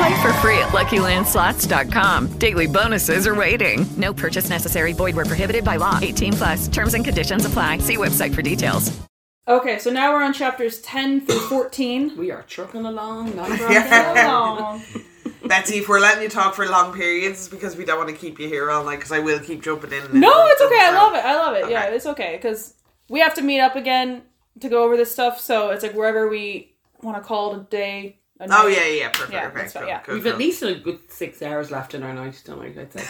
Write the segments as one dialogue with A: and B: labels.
A: Play for free at LuckyLandSlots.com. Daily bonuses are waiting. No purchase necessary. Void were prohibited by law. 18 plus. Terms and conditions apply. See website for details.
B: Okay, so now we're on chapters 10 through 14.
C: We are trucking along, not
B: Hold
C: driving.
B: on.
D: Betsy, if we're letting you talk for long periods, it's because we don't want to keep you here all night. Because I will keep jumping in. and
B: No,
D: out,
B: it's okay. I
D: so-
B: love it. I love it. Yeah, it's okay because we have to meet up again to go over this stuff. So it's like wherever we want to call it a day. a
D: Oh
B: night.
D: yeah, yeah, perfect,
B: Yeah,
D: perfect.
B: that's right,
D: Cool,
B: yeah.
D: cool,
C: We've at
D: cool.
C: least a good six hours left in our night tonight, I'd say.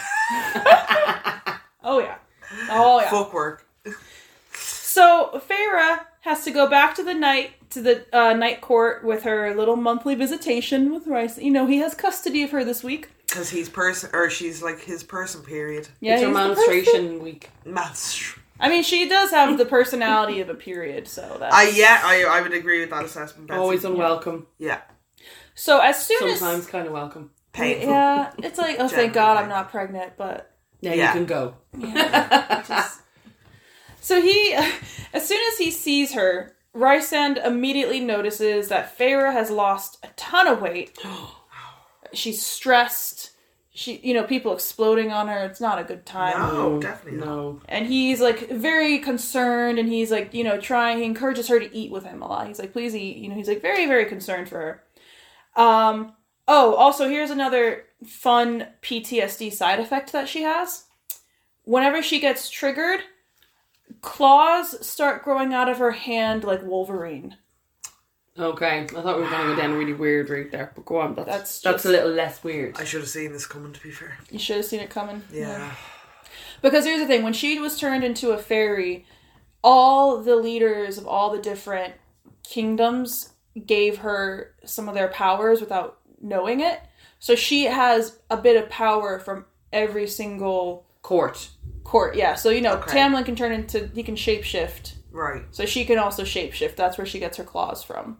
B: Oh yeah. Oh yeah.
D: fuck work.
B: So Farah has to go back to the night to the uh, night court with her little monthly visitation with Rice. You know he has custody of her this week.
D: Because he's person, or she's like his person. Period.
B: Yeah,
C: it's our
B: he's the person-
C: menstruation week.
D: Maths.
B: I mean, she does have the personality of a period, so that's...
D: I yeah, I I would agree with that assessment. Betsy.
C: Always unwelcome.
D: yeah,
B: So as soon
C: Sometimes
B: as
C: kind of welcome.
D: painful.
B: yeah, it's like oh thank
D: Generally
B: God I'm
D: painful.
B: not pregnant, but
C: Now
D: Yeah.
C: you can go.
B: So he, as soon as he sees her, Rysand immediately notices that Feyre has lost a ton of weight. She's stressed. She, you know, people exploding on her. It's not a good time.
D: No, definitely not.
C: No.
B: And he's like very concerned, and he's like, you know, trying. He encourages her to eat with him a lot. He's like, please eat. You know, he's like very, very concerned for her. Um. Oh, also here's another fun PTSD side effect that she has. Whenever she gets triggered, claws start growing out of her hand like Wolverine.
C: Okay. I thought we were going to go down a really weird route there, but go on. That's
B: That's
C: that's,
B: just-
C: a little less weird.
D: I should have seen this coming. To be fair,
B: You should have seen it coming.
D: yeah.
B: Because here's the thing: when she was turned into a fairy, all the leaders of all the different kingdoms gave her some of their powers without knowing it. So she has a bit of power from every single
C: Court.
B: court. Yeah. So you know,
D: Okay.
B: Tamlin can turn into he can shapeshift.
D: Right.
B: So she can also shapeshift. That's where she gets her claws from.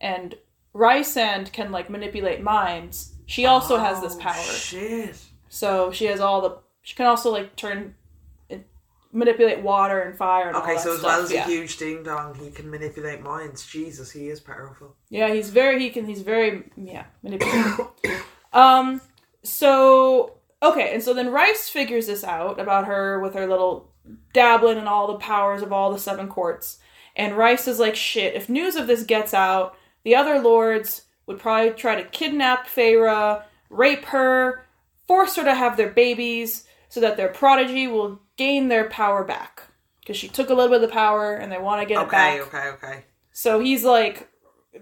B: And Rysand can like manipulate minds. She also has
D: Oh,
B: this power.
D: Shit.
B: So she has all the. She can also like turn, manipulate water and fire and all
D: Okay,
B: that
D: so as
B: stuff.
D: well as
B: yeah.
D: a huge ding dong, he can manipulate minds. Jesus, he is powerful.
B: yeah, he's very. He can. He's very. Yeah, manipulative. um. So okay, and so then Rice figures this out about her with her little dabbling in all the powers of all the seven courts, and Rice is like, shit. If news of this gets out, the other lords would probably try to kidnap Feyre, rape her, force her to have their babies so that their prodigy will gain their power back. Because she took a little bit of the power and they want to get it back.
D: Okay, okay, okay.
B: So he's like,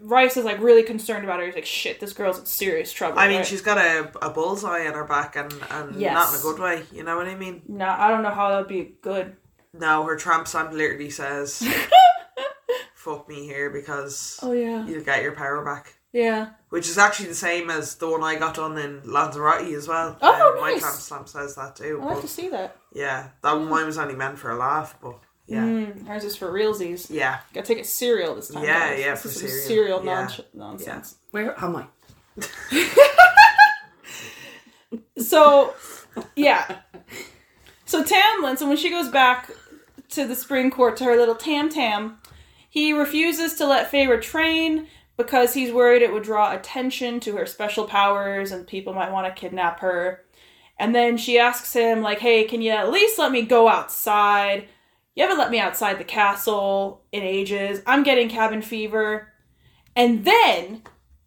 B: Rice is like really concerned about her. He's like, shit, this girl's in serious trouble.
D: I mean,
B: right?
D: she's got a, a bullseye on her back, and, and
B: Yes.
D: not in a good way. You know what I mean?
B: No, I don't know how that would be good.
D: No, her tramp stamp literally says, "Fuck me here because
B: Oh, yeah.
D: you'll get your power back,"
B: Yeah.
D: which is actually the same as the one I got done in Lanzarote as well.
B: Oh,
D: Uh, My
B: nice.
D: tramp stamp says that too.
B: I'd like Hmm.
D: but
B: to see that.
D: yeah, that mine was only meant for a laugh, but yeah,
B: Mm, hers is for realsies.
D: yeah,
B: Gotta take it serial this time.
D: Yeah,
B: guys.
D: yeah,
B: This
D: for
B: is some
D: cereal.
B: serial
D: Yeah.
B: nons- nonsense.
C: Where am I?
B: So, yeah. So Tamlin, so when she goes back to the spring court to her little Tam Tam, he refuses to let Feyre train because he's worried it would draw attention to her special powers and people might want to kidnap her. And then she asks him, like, hey, can you at least let me go outside? You haven't let me outside the castle in ages. I'm getting cabin fever. And then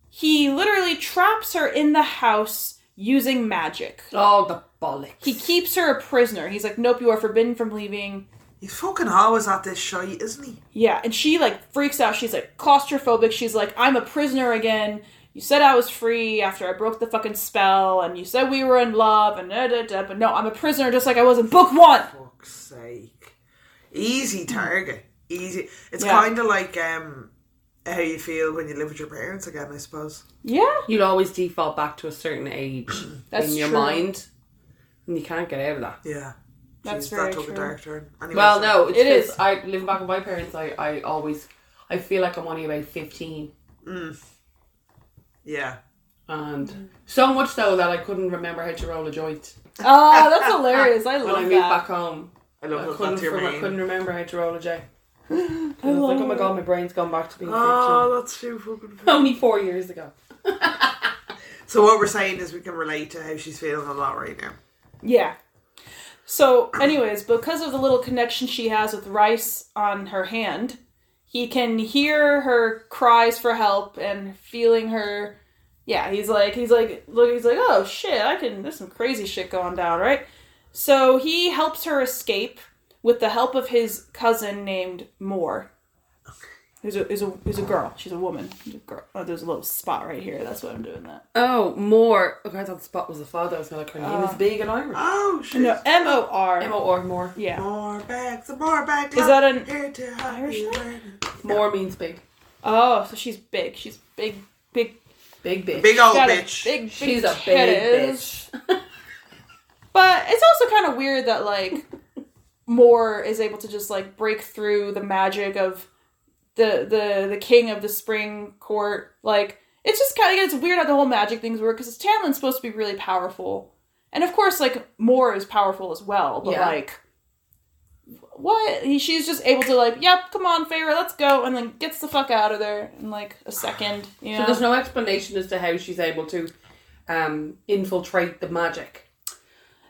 B: he literally traps her in the house using magic
C: Oh, the bollocks.
B: he keeps her a prisoner. He's like, nope, you are forbidden from leaving.
D: He's fucking always at this shite, isn't he?
B: Yeah, and she like freaks out. She's like claustrophobic. She's like, I'm a prisoner again. You said I was free after I broke the fucking spell, and you said we were in love, and da da da. But no, I'm a prisoner, just like I was in book one.
D: Fuck's sake. Easy
C: Hmm.
D: target. Easy. It's
B: Yeah.
D: kind of like um, how you feel when you live with your parents again, I suppose.
B: Yeah,
C: You'd always default back to a certain age
B: That's
C: in your
B: true.
C: mind, and you can't get out of that.
D: Yeah.
B: that's
D: Jeez,
B: very
D: that took
B: true.
D: a dark turn. Anyway,
C: Well,
D: so-
C: no, it's
B: It
C: 'cause
B: is.
C: I living back with my parents. I, I always I feel like I'm only about fifteen,
D: Yeah.
C: and so much so that I couldn't remember how to roll a joint
B: Oh, that's hilarious. I
C: when I
B: love
C: moved
B: that.
C: back home.
D: I
C: I
D: love that
C: couldn't,
D: that's your
C: from, I couldn't
D: main.
C: remember how to roll a J. I was like, oh my god, my brain's gone back to being
D: Oh, that's too fucking
C: fifteen. Only four years ago.
D: So what we're saying is we can relate to how she's feeling a lot right now.
B: Yeah. So, anyways, because of the little connection she has with Rice on her hand, he can hear her cries for help and feeling her. Yeah, he's like, he's like, look, he's like, oh shit, I can. There's some crazy shit going down, right? So he helps her escape with the help of his cousin named Moore. Who's a, is a, who's a girl. She's a woman. She's a girl. Oh, there's a little spot right here. That's why I'm doing that.
C: Oh, more. Okay, I thought the spot was the father. I was like, her name is big and Irish.
D: Oh, shit.
B: No, M O
C: M
B: R.
C: O R Uh, more.
B: Yeah.
D: More bags, some more bags.
B: Is that an
D: Here to help
B: Irish
D: you
B: thing?
D: learn.
C: More means big.
B: Oh, so she's big. She's big, big.
C: Big bitch.
D: Big old
B: got
D: bitch.
B: A big, big
C: She's a big
B: titties. But it's also kind of weird that like Moore is able to just like break through the magic of the the the king of the spring court. Like it's just kind of it's weird how the whole magic things work because Tamlin's supposed to be really powerful, and of course like Moore is powerful as well. But
C: Yeah.
B: like what he, she's just able to like yep come on Feyre let's go and then gets the fuck out of there in like a second you
C: So
B: know?
C: there's no explanation as to how she's able to um, infiltrate the magic.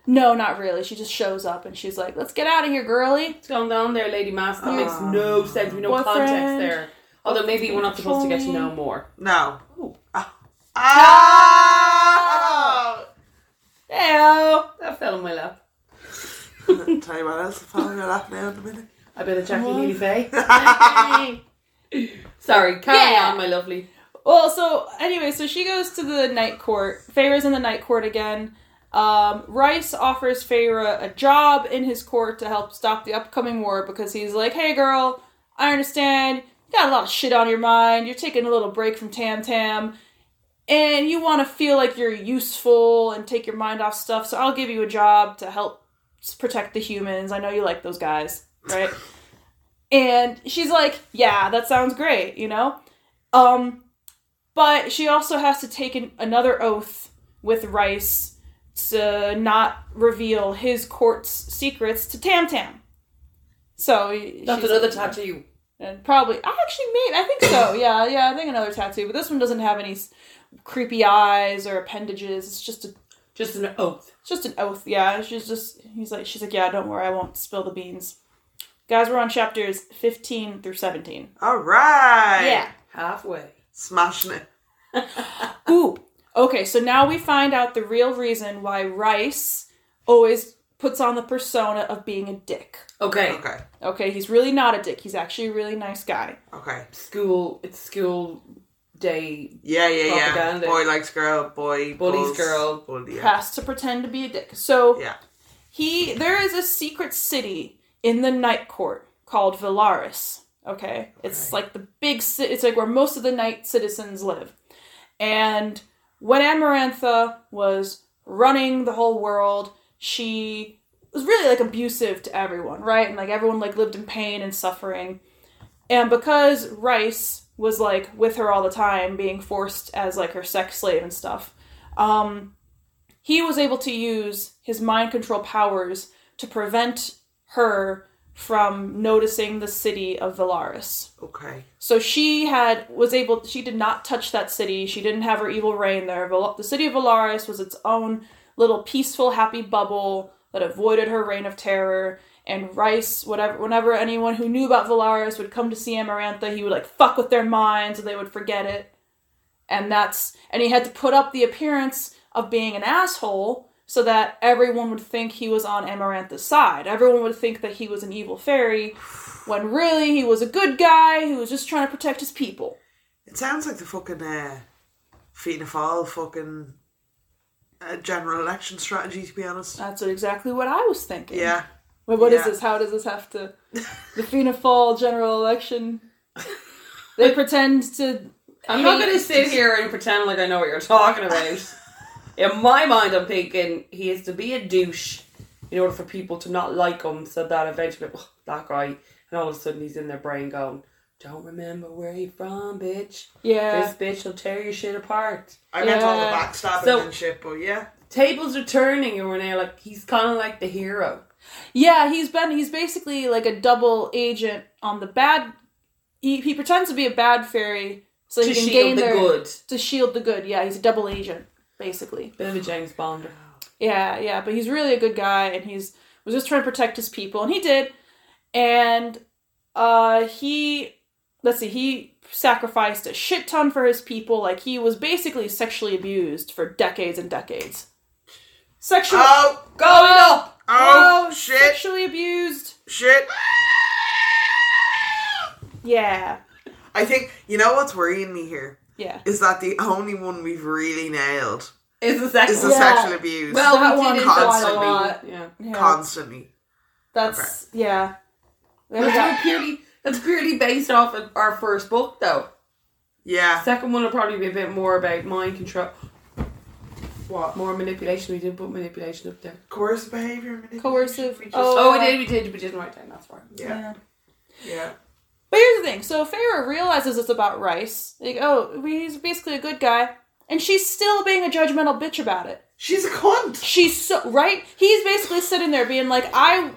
B: No, not really. She just shows up and she's like, "Let's get out of here, girly."
C: What's going on there, Lady Mass? That makes
D: Ah.
C: no sense. We no
B: Boyfriend.
C: context there. Although maybe we're not supposed to get to know more.
D: No.
C: Ooh.
D: Ah. Ah!
B: Hey,
C: That fell in my lap.
D: Tell you what else, I'll follow you up now in a minute.
C: I better check the Healy Faye. Sorry, carry
B: Yeah.
C: on, my lovely.
B: well, so anyway, so she goes to the night court. Feyre's in the night court again. Um, Rice offers Feyre a job in his court to help stop the upcoming war because he's like, "Hey, girl, I understand. You got a lot of shit on your mind. You're taking a little break from Tam Tam, and you want to feel like you're useful and take your mind off stuff. So I'll give you a job to help s- protect the humans. I know you like those guys, right?" And she's like, "Yeah, that sounds great," you know. Um, but she also has to take an, another oath with Rice to not reveal his court's secrets to Tam Tam. So
C: That's
B: she's-
C: another tattoo.
B: and probably I actually made I think so. Yeah, yeah, I think another tattoo, but this one doesn't have any s- creepy eyes or appendages. It's just a
C: Just an oath.
B: it's just an oath. Yeah, she's just he's like she's like yeah, don't worry, I won't spill the beans. Guys, we're on chapters 15 through 17.
D: All right.
B: Yeah.
C: Halfway.
D: Smashing it.
B: Ooh. Okay, so now we find out the real reason why Rice always puts on the persona of being a dick.
C: Okay.
D: Okay.
B: Okay, he's really not a dick. He's actually a really nice guy.
D: Okay.
C: School. It's school day.
D: Yeah, yeah, yeah.
C: Propaganda.
D: Boy likes girl. Boy
C: Bullies
D: bulls,
C: girl.
D: Bully, yeah.
B: Has to pretend to be a dick. So
D: yeah.
B: he there is a secret city in the night court called Velaris. Okay, it's like the big city. It's like where most of the night citizens live. And when Amarantha was running the whole world, she was really like abusive to everyone, right? And like everyone like lived in pain and suffering. And because Rice was like with her all the time, being forced as like her sex slave and stuff, um, he was able to use his mind control powers to prevent her from noticing the city of Velaris.
D: Okay.
B: So she had was able. She did not touch that city. She didn't have her evil reign there. Vel- The city of Valaris was its own little peaceful, happy bubble that avoided her reign of terror. And Rice, whatever, whenever anyone who knew about Valaris would come to see Amarantha, he would like fuck with their minds, and they would forget it. And that's and he had to put up the appearance of being an asshole so that everyone would think he was on Amarantha's side. Everyone would think that he was an evil fairy, when really he was a good guy who was just trying to protect his people.
D: It sounds like the fucking uh, Fianna Fáil fucking uh, general election strategy, to be honest.
B: That's what- exactly what I was thinking.
D: Yeah.
B: Wait, what is
D: Yeah.
B: this? How does this have to? The Fianna Fáil general election. They pretend to.
C: I'm not going to sit here and pretend like I know what you're talking about. In my mind, I'm thinking he has to be a douche in order for people to not like him, so that eventually, "Oh, that guy, and all of a sudden he's in their brain going, "Don't remember where you from, bitch.
B: Yeah.
C: This bitch will tear your shit apart."
D: I meant all the
B: uh, Yeah.
D: backstabbing
C: So-
D: and shit, but yeah.
C: Tables are turning, and Renee like he's kind of like the hero.
B: Yeah, he's been. He's basically like a double agent on the bad. He, he pretends to be a bad fairy so he
C: To
B: can
C: shield
B: gain
C: the
B: their
C: good.
B: to shield the good. Yeah, he's a double agent basically.
C: Bit of a James Bond.
B: Yeah, yeah, but he's really a good guy, and he's was just trying to protect his people, and he did. And uh, he, let's see, he sacrificed a shit ton for his people. Like he was basically sexually abused for decades and decades. Sexual,
D: Oh,
B: going up.
D: Oh, shit.
B: Sexually abused.
D: shit.
B: Yeah,
D: I think, you know what's worrying me here?
B: yeah.
D: Is that the only one we've really nailed
C: Is the second
D: is the
C: one.
B: Yeah.
D: sexual abuse.
C: Well,
B: That
C: we
B: one
C: did
D: caught
C: enjoy it a
D: me.
C: lot. Yeah.
B: yeah.
D: constantly.
B: That's yeah. There we
C: That's
B: go.
C: not purely that's purely based off of our first book though.
D: Yeah.
C: Second one will probably be a bit more about mind control. What more manipulation? We didn't put manipulation up there.
D: Coercive behavior. manipulation,
B: Coercive-
D: we just-
B: oh.
C: Oh, we did. We did. We didn't write down. That's right.
D: Yeah. Yeah.
B: But here's the thing. So Farah realizes it's about Rice. Like, oh, he's basically a good guy. And she's still being a judgmental bitch about it.
D: She's a cunt.
B: She's so right. He's basically sitting there being like, I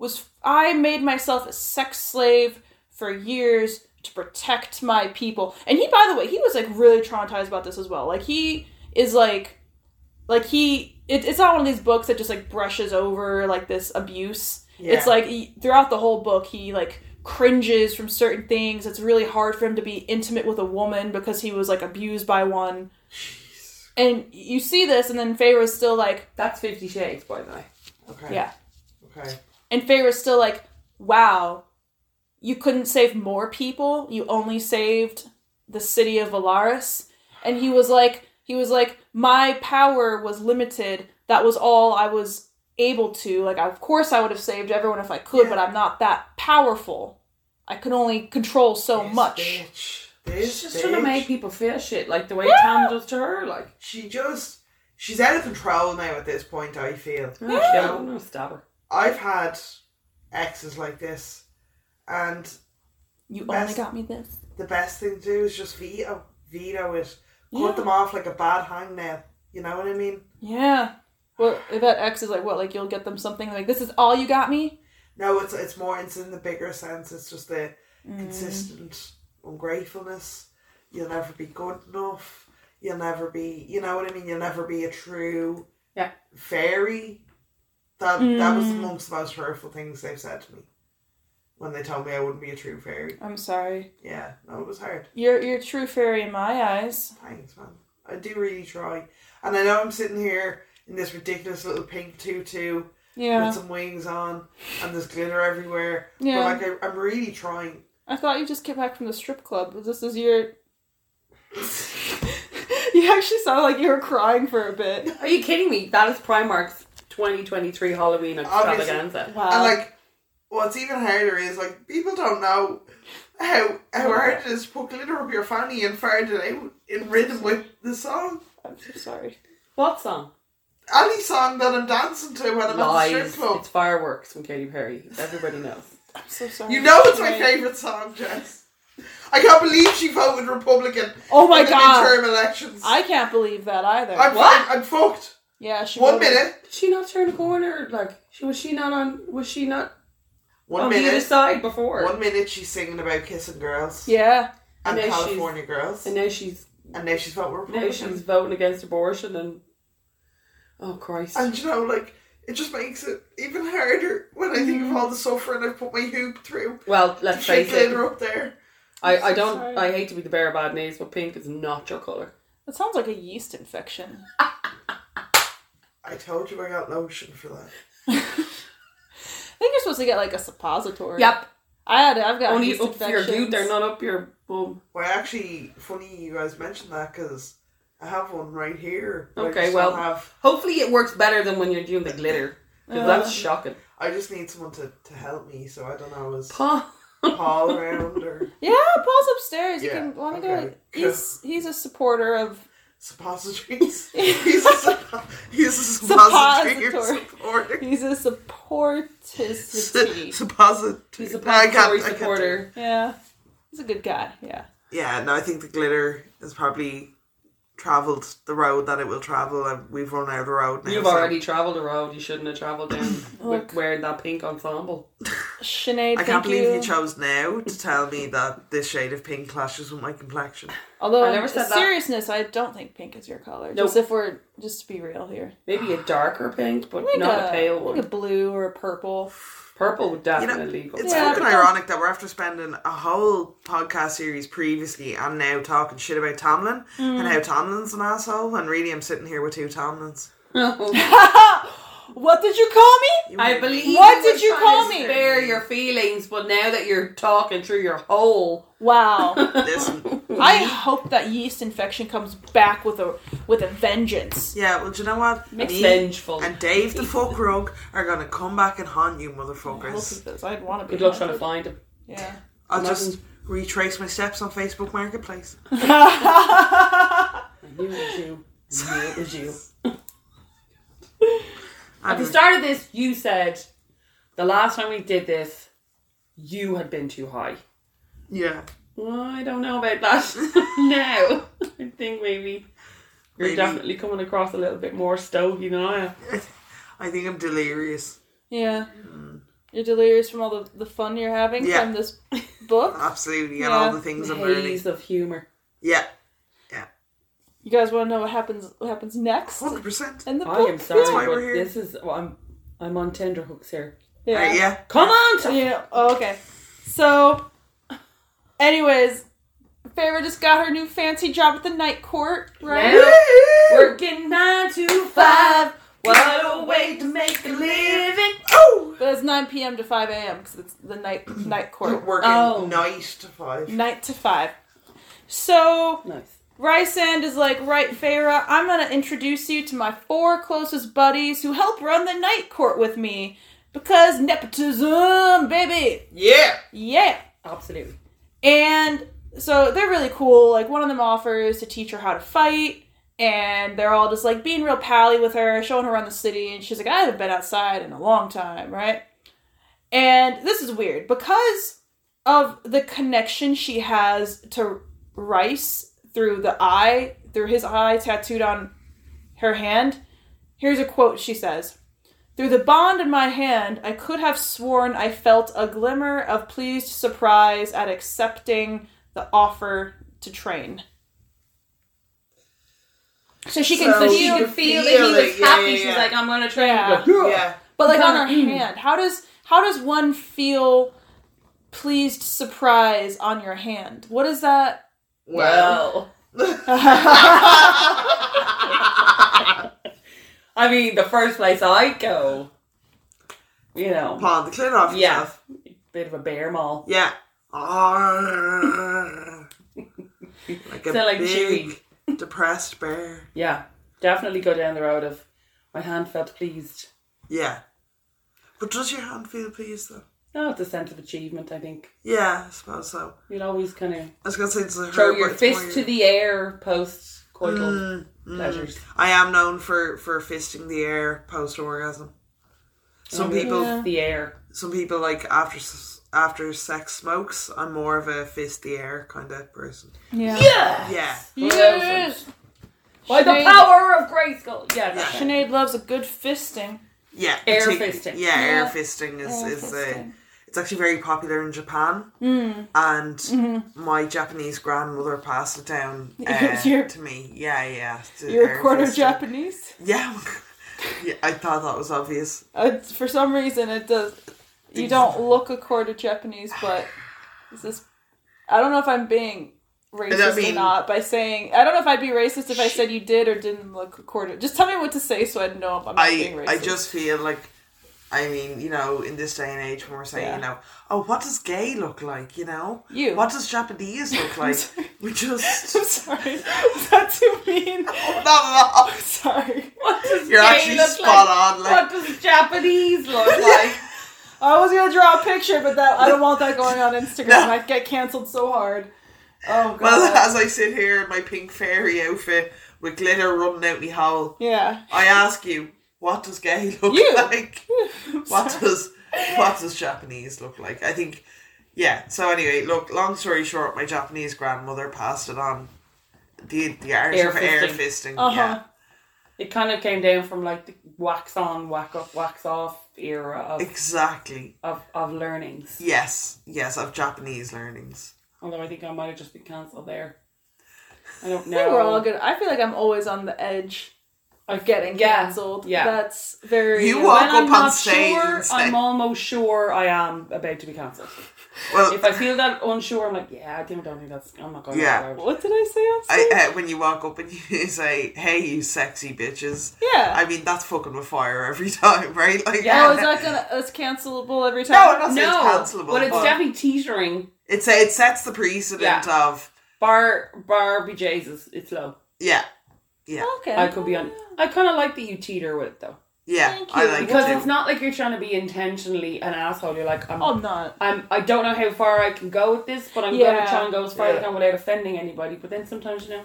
B: was, I made myself a sex slave for years to protect my people. And he, by the way, he was like really traumatized about this as well. Like he is like, like he, it, it's not one of these books that just like brushes over like this abuse. It's like he- throughout the whole book, he like cringes from certain things. It's really hard for him to be intimate with a woman because he was like abused by one. And you see this, and then Feyre's still like,
C: That's Fifty Shades, by the way.
D: Okay.
B: yeah.
D: Okay.
B: And Feyre's still like, wow, you couldn't save more people. You only saved the city of Valaris. And he was like, he was like, my power was limited. That was all I was able to. Like, of course I would have saved everyone if I could, but I'm not that powerful. I can only control so much.
D: Bitch. This
C: Just trying to
D: bitch.
C: make people feel shit, like the way Tam does to her. Like,
D: She just. She's out of control now at this point, I feel.
C: oh, shit, I'm gonna stab her.
D: I've had exes like this, and
B: You only
D: Best-
B: got me this.
D: the best thing to do is just veto, veto it, cut them off like a bad hangnail. You know what I mean?
B: Yeah. Well, if that X is like, what, like you'll get them something like, this is all you got me?
D: No, it's it's more it's in the bigger sense. It's just the
B: Mm.
D: consistent ungratefulness. You'll never be good enough. You'll never be. You know what I mean? You'll never be a true
C: Yeah.
D: fairy. That that was
B: Mm.
D: amongst the most hurtful things they've said to me when they told me I wouldn't be a true fairy.
B: I'm sorry.
D: Yeah, no, it was hard.
B: You're, you're a true fairy in my eyes.
D: Thanks, man. I do really try. And I know I'm sitting here in this ridiculous little pink tutu
B: Yeah.
D: with some wings on and there's glitter everywhere.
B: Yeah.
D: But like, I, I'm really trying.
B: I thought you just came back from the strip club. This is your. you actually sounded like you were crying for a bit.
C: Are you kidding me? That is Primark's 2023 Halloween
D: Obviously.
C: extravaganza.
B: Wow.
D: And like, what's even harder is like, people don't know how, how hard it is to put glitter up your fanny and fart it out in rhythm with the song.
B: I'm so sorry.
C: What song?
D: Any song that I'm dancing to when I'm at the
C: Lies.
D: strip club.
C: It's fireworks from Katy Perry. Everybody knows.
B: I'm so sorry.
D: You know it's my favourite song, Jess. I can't believe she voted Republican.
B: Oh my
D: in the
B: God.
D: Midterm elections.
B: I can't believe that either.
D: I'm,
C: What?
D: I'm, fucked.
B: yeah, she
D: One
B: would've-
D: minute.
C: Did she not turn a corner? Like, she, was she not on? Was she not
D: One
C: on the other
D: minute.
C: side before?
D: One minute she's singing about kissing girls
B: Yeah.
C: And
D: and
C: now she's-
D: California girls,
C: And now she's
D: and now she's voting
C: now
D: Republican.
C: she's voting against abortion and oh Christ.
D: And you know, like it just makes it even harder when I think of all the suffering I've put my hoop through.
C: well, Mm. let's
D: Shit
C: face it.
D: glitter up there.
C: I, I don't. I hate to be the bearer of bad news, but pink is not your color.
B: That sounds like a yeast infection.
D: I told you I got lotion for that.
B: I think you're supposed to get like a suppository.
C: Yep.
B: I had. I've got
C: Only
B: yeast
C: up your
B: infections.
C: glute, they're not up your bum.
D: Well, actually, funny you guys mentioned that because I have one right here. but I
C: Okay,
D: just
C: well,
D: don't have.
C: hopefully it works better than when you're doing the glitter. 'Cause that's shocking.
D: I just need someone to, to help me, so I don't know. Is
C: Pa-
D: Paul around or
B: Yeah, Paul's upstairs. You
D: Yeah,
B: can want to
D: okay.
B: go. He's he's a supporter of
D: suppositories? he's a, sup- he's a suppository
B: Suppository.
D: supporter.
B: he's a supporticity.
D: Suppository.
C: He's a
D: I
C: Pantalory
D: can't- I can't do it.
C: supporter.
B: yeah, he's a good guy. Yeah.
D: Yeah, no, I think the glitter has probably travelled the road that it will travel, and we've run out of road now.
C: You've
D: so
C: already travelled a road you shouldn't have travelled down with wearing that pink ensemble.
B: Sinead,
D: I
B: thank
D: can't believe you.
B: you
D: chose now to tell me that this shade of pink clashes with my complexion.
B: Although,
C: I never
B: in
C: said that.
B: seriousness, I don't think pink is your color.
C: Nope.
B: Just if we're just to be real here,
C: Maybe a darker pink, but not a, pale one.
B: like a blue or a purple.
C: Purple would
D: You know,
C: definitely go.
D: it's
B: Yeah,
D: fucking
B: but-
D: ironic that we're after spending a whole podcast series previously and now talking shit about Tomlin and how Tomlin's an asshole, and really I'm sitting here with two Tomlins.
B: What did you call me?
C: I believe.
B: What
C: he
B: did
C: was
B: you
C: trying
B: call
C: to
B: me?
C: Spare your feelings, but now that you're talking through your hole,
B: Wow.
D: Listen,
B: I hope that yeast infection comes back with a with a vengeance.
D: yeah, well, do you know what? Me
C: vengeful.
D: and Dave the fuck rug are gonna come back and haunt you,
B: Look
D: motherfuckers.
B: at this. I'd want to be.
C: Good luck
B: haunted.
C: trying to find him.
B: Yeah.
D: I'll just retrace my steps on Facebook Marketplace.
C: I knew it was you. I knew it was you. At the start of this, you said the last time we did this, you had been too high.
D: Yeah.
C: Well, I don't know about that now. I think maybe you're
D: Maybe.
C: definitely coming across a little bit more stogie than I am.
D: I think I'm delirious.
B: Yeah.
C: Hmm.
B: You're delirious from all the, the fun you're having
D: Yeah.
B: from this book.
C: Uh-huh.
D: Absolutely,
B: Yeah.
D: and all the things I'm learning.
C: Haze of humour.
D: Yeah,
B: You guys want to know what happens what happens next?
D: 100%.
B: In the
C: I
B: book?
C: am sorry,
D: why
C: but
D: we're here.
C: this is well, I'm I'm on tender hooks here.
B: Yeah.
D: Right, yeah.
C: Come on, Tom.
B: Yeah. oh, okay. So, anyways, Farrah just got her new fancy job at the night court, right?
C: Yeah. We're getting nine to five. What a way to make a living.
D: Oh!
B: But it's 9 p.m. to 5 a.m. because it's the night night court.
D: Working
C: Oh.
D: night to five.
B: Night to 5. So,
C: Nice.
B: Rysand is like, right, Farah, I'm going to introduce you to my four closest buddies who help run the night court with me. Because nepotism, baby.
D: Yeah!
B: Yeah.
C: Absolutely.
B: And so they're really cool. Like one of them offers to teach her how to fight, and they're all just like being real pally with her, showing her around the city, and she's like, I haven't been outside in a long time, right? And this is weird because of the connection she has to Rice through the eye, through his eye tattooed on her hand. Here's a quote she says. Through the bond in my hand, I could have sworn I felt a glimmer of pleased surprise at accepting the offer to train. So she can, so
D: So
B: she
D: you
B: can
D: could
B: feel,
D: feel that he was happy. She's like,
C: I'm gonna train.
B: Yeah.
D: Yeah.
B: but like on her hand, how does how does one feel pleased surprise on your hand? What is that?
C: Well. I mean, the first place I go, you know,
D: Paul, the clean off
C: yeah,
D: yourself.
C: bit of a bear mall.
D: Yeah. Arrgh. like a
C: Sound like
D: big, depressed bear.
C: Yeah, definitely go down the road of my hand felt pleased.
D: Yeah. But does your hand feel pleased though?
C: No, it's a sense of achievement. I think
D: Yeah, I suppose so.
C: you'd always kind of
D: I was gonna say it's a
C: throw
D: herb,
C: your
D: but it's more
C: fist to
D: your-
C: the air post coital
D: Mm,
C: pleasures.
D: I am known for for fisting the air post orgasm.
C: Oh,
D: Some people,
C: The air.
D: some people like after s- after sex smokes. I'm more of a fist the air kind of person.
B: Yeah.
D: Yeah,
C: By the
B: Sinead-
C: power of Grayskull. Yeah. no, no.
B: Sinead loves a good fisting.
D: yeah.
C: Air
D: partic-
C: fisting.
D: Yeah, air fisting is is
B: fisting.
D: Uh, it's actually very popular in Japan.
C: Mm.
D: And
C: Mm-hmm.
D: my Japanese grandmother passed it down uh,
B: You're-
D: to me. Yeah, yeah. to
B: You're
D: air
B: a quarter
D: fisting.
B: Japanese.
D: Yeah. yeah, I thought that was obvious.
B: Uh, for some reason, it does. You don't look a quarter Japanese, but it's this. I don't know if I'm being
D: Does
B: racist
D: that
B: or
D: mean-
B: not by saying I don't know if I'd be racist if I said you did or didn't look according. Just tell me what to say so I'd know if I'm not being
D: I
B: racist.
D: I just feel like, I mean, you know, in this day and age, when we're saying, you know, oh, what does gay look like? You know,
B: You.
D: What does Japanese look like? we just
B: I'm sorry. Is that too mean?
D: not at all.
B: sorry.
D: You're actually spot on. Like,
C: What does Japanese look like?
B: I was gonna draw a picture, but that I don't want that going on Instagram. I'd get canceled so hard. Oh god.
D: well, as I sit here in my pink fairy outfit with glitter running out my hole,
B: yeah.
D: I ask you, what does gay look
B: You.
D: like? what does what does Japanese look like? I think yeah. So anyway, look. Long story short, my Japanese grandmother passed it on. The the art
C: Air
D: of air
C: fisting.
D: fisting.
B: Uh-huh.
D: Yeah,
C: It kind of came down from like the wax on, wax up, wax off era of,
D: exactly.
C: of, of learnings.
D: Yes, yes. Of Japanese learnings.
C: Although I think I might have just been cancelled there. I don't know.
B: I think we're all good. I feel like I'm always on the edge of getting
C: Yeah.
B: canceled.
C: Yeah.
B: That's very.
D: You walk
C: When I'm
D: up on
C: not
D: stage
C: sure,
D: and say,
C: I'm almost sure I am about to be cancelled.
D: well,
C: If I feel that unsure, I'm like, yeah, I think I don't think that's. I'm not going.
D: Yeah.
C: Out. loud.
B: What did I say? on stage?
D: I, uh, when you walk up and you say, "Hey, you sexy bitches,"
B: Yeah.
D: I mean that's fucking with fire every time, right? Like,
B: Oh, is that gonna? That's cancelable every time.
D: No, I'm not saying it's
C: No,
D: cancelable,
C: but it's definitely teetering.
D: it's a, it sets the precedent of
C: Bar bar be Jesus, it's low.
D: yeah, yeah,
B: Okay.
C: I could be on. I kind of like that you teeter with it though,
D: yeah.
B: Thank
D: I
B: you.
D: like
C: because
D: it too.
C: it's not like you're trying to be intentionally an asshole. You're like, I'm,
B: I'm not.
C: I'm, I don't know how far I can go with this, but I'm
B: Yeah.
C: gonna try and go as far as I
D: Yeah.
C: can without offending anybody. But then sometimes you know,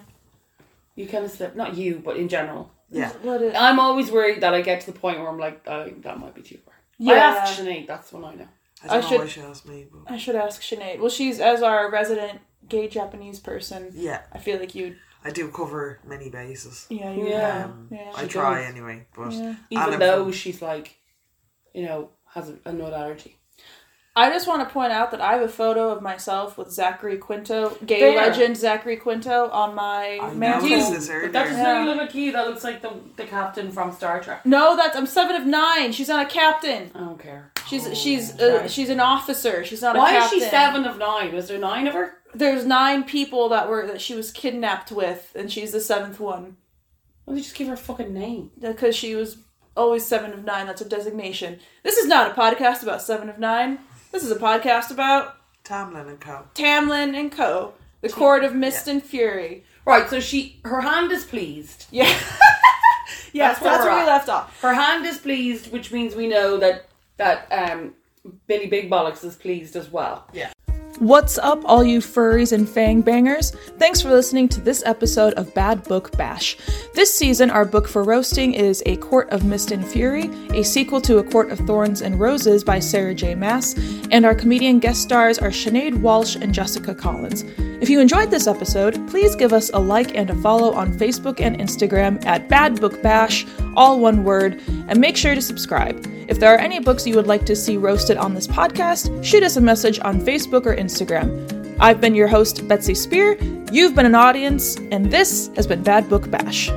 C: you kind of slip. Not you, but in general,
D: yeah.
B: Let it.
C: I'm always worried that I get to the point where I'm like, oh, that might be too far. I
B: Yeah.
C: asked Sinead, that's when I know.
D: I don't
B: I
D: know
B: should-
D: why she asked me. But
B: I should ask Sinead. Well, she's as our resident gay Japanese person.
D: yeah,
B: I feel like you.
D: I do cover many bases.
B: Yeah. You,
C: Yeah.
D: Um,
B: Yeah.
D: I
C: She
D: try
C: does.
D: anyway, but
C: Even
D: and I'm
C: though
D: from-
C: she's like, you know, has a, a nut allergy.
B: I just want to point out that I have a photo of myself with Zachary Quinto, gay
C: There.
B: legend Zachary Quinto, on my
D: I
B: mantle.
D: noticed this
C: But that
D: earlier.
C: doesn't
B: Yeah.
C: look like you. That looks like the, the captain from Star Trek.
B: No, that's I'm seven of nine. She's not a captain.
C: I don't care.
B: She's she's uh, she's an officer. She's not
C: Oh Why
B: a
C: is
B: captain.
C: she seven of nine? Was there nine of her?
B: There's nine people that were that she was kidnapped with, and she's the seventh one
C: Why don't they just give her a fucking name?
B: because she was always seven of nine. That's her designation. This is not a podcast about seven of nine. This is a podcast about
D: Tamlin and Co.
B: Tamlin and Co. The Court of Mist and Fury.
C: Right, so she her hand is pleased.
B: Yeah.
C: That's
B: yes,
C: where
B: that's
C: we're
B: where we
C: at.
B: left off.
C: Her hand is pleased, which means we know that that um Billy Big Bollocks is pleased as well.
E: What's up, all you furries and fang bangers? Thanks for listening to this episode of Bad Book Bash. This season, our book for roasting is A Court of Mist and Fury, a sequel to A Court of Thorns and Roses by Sarah J. Mass, and our comedian guest stars are Sinead Walsh and Jessica Collins. If you enjoyed this episode, please give us a like and a follow on Facebook and Instagram at Bad Book Bash, all one word, and make sure to subscribe. If there are any books you would like to see roasted on this podcast, shoot us a message on Facebook or Instagram. I've been your host, Betsy Spear. You've been an audience, and this has been Bad Book Bash.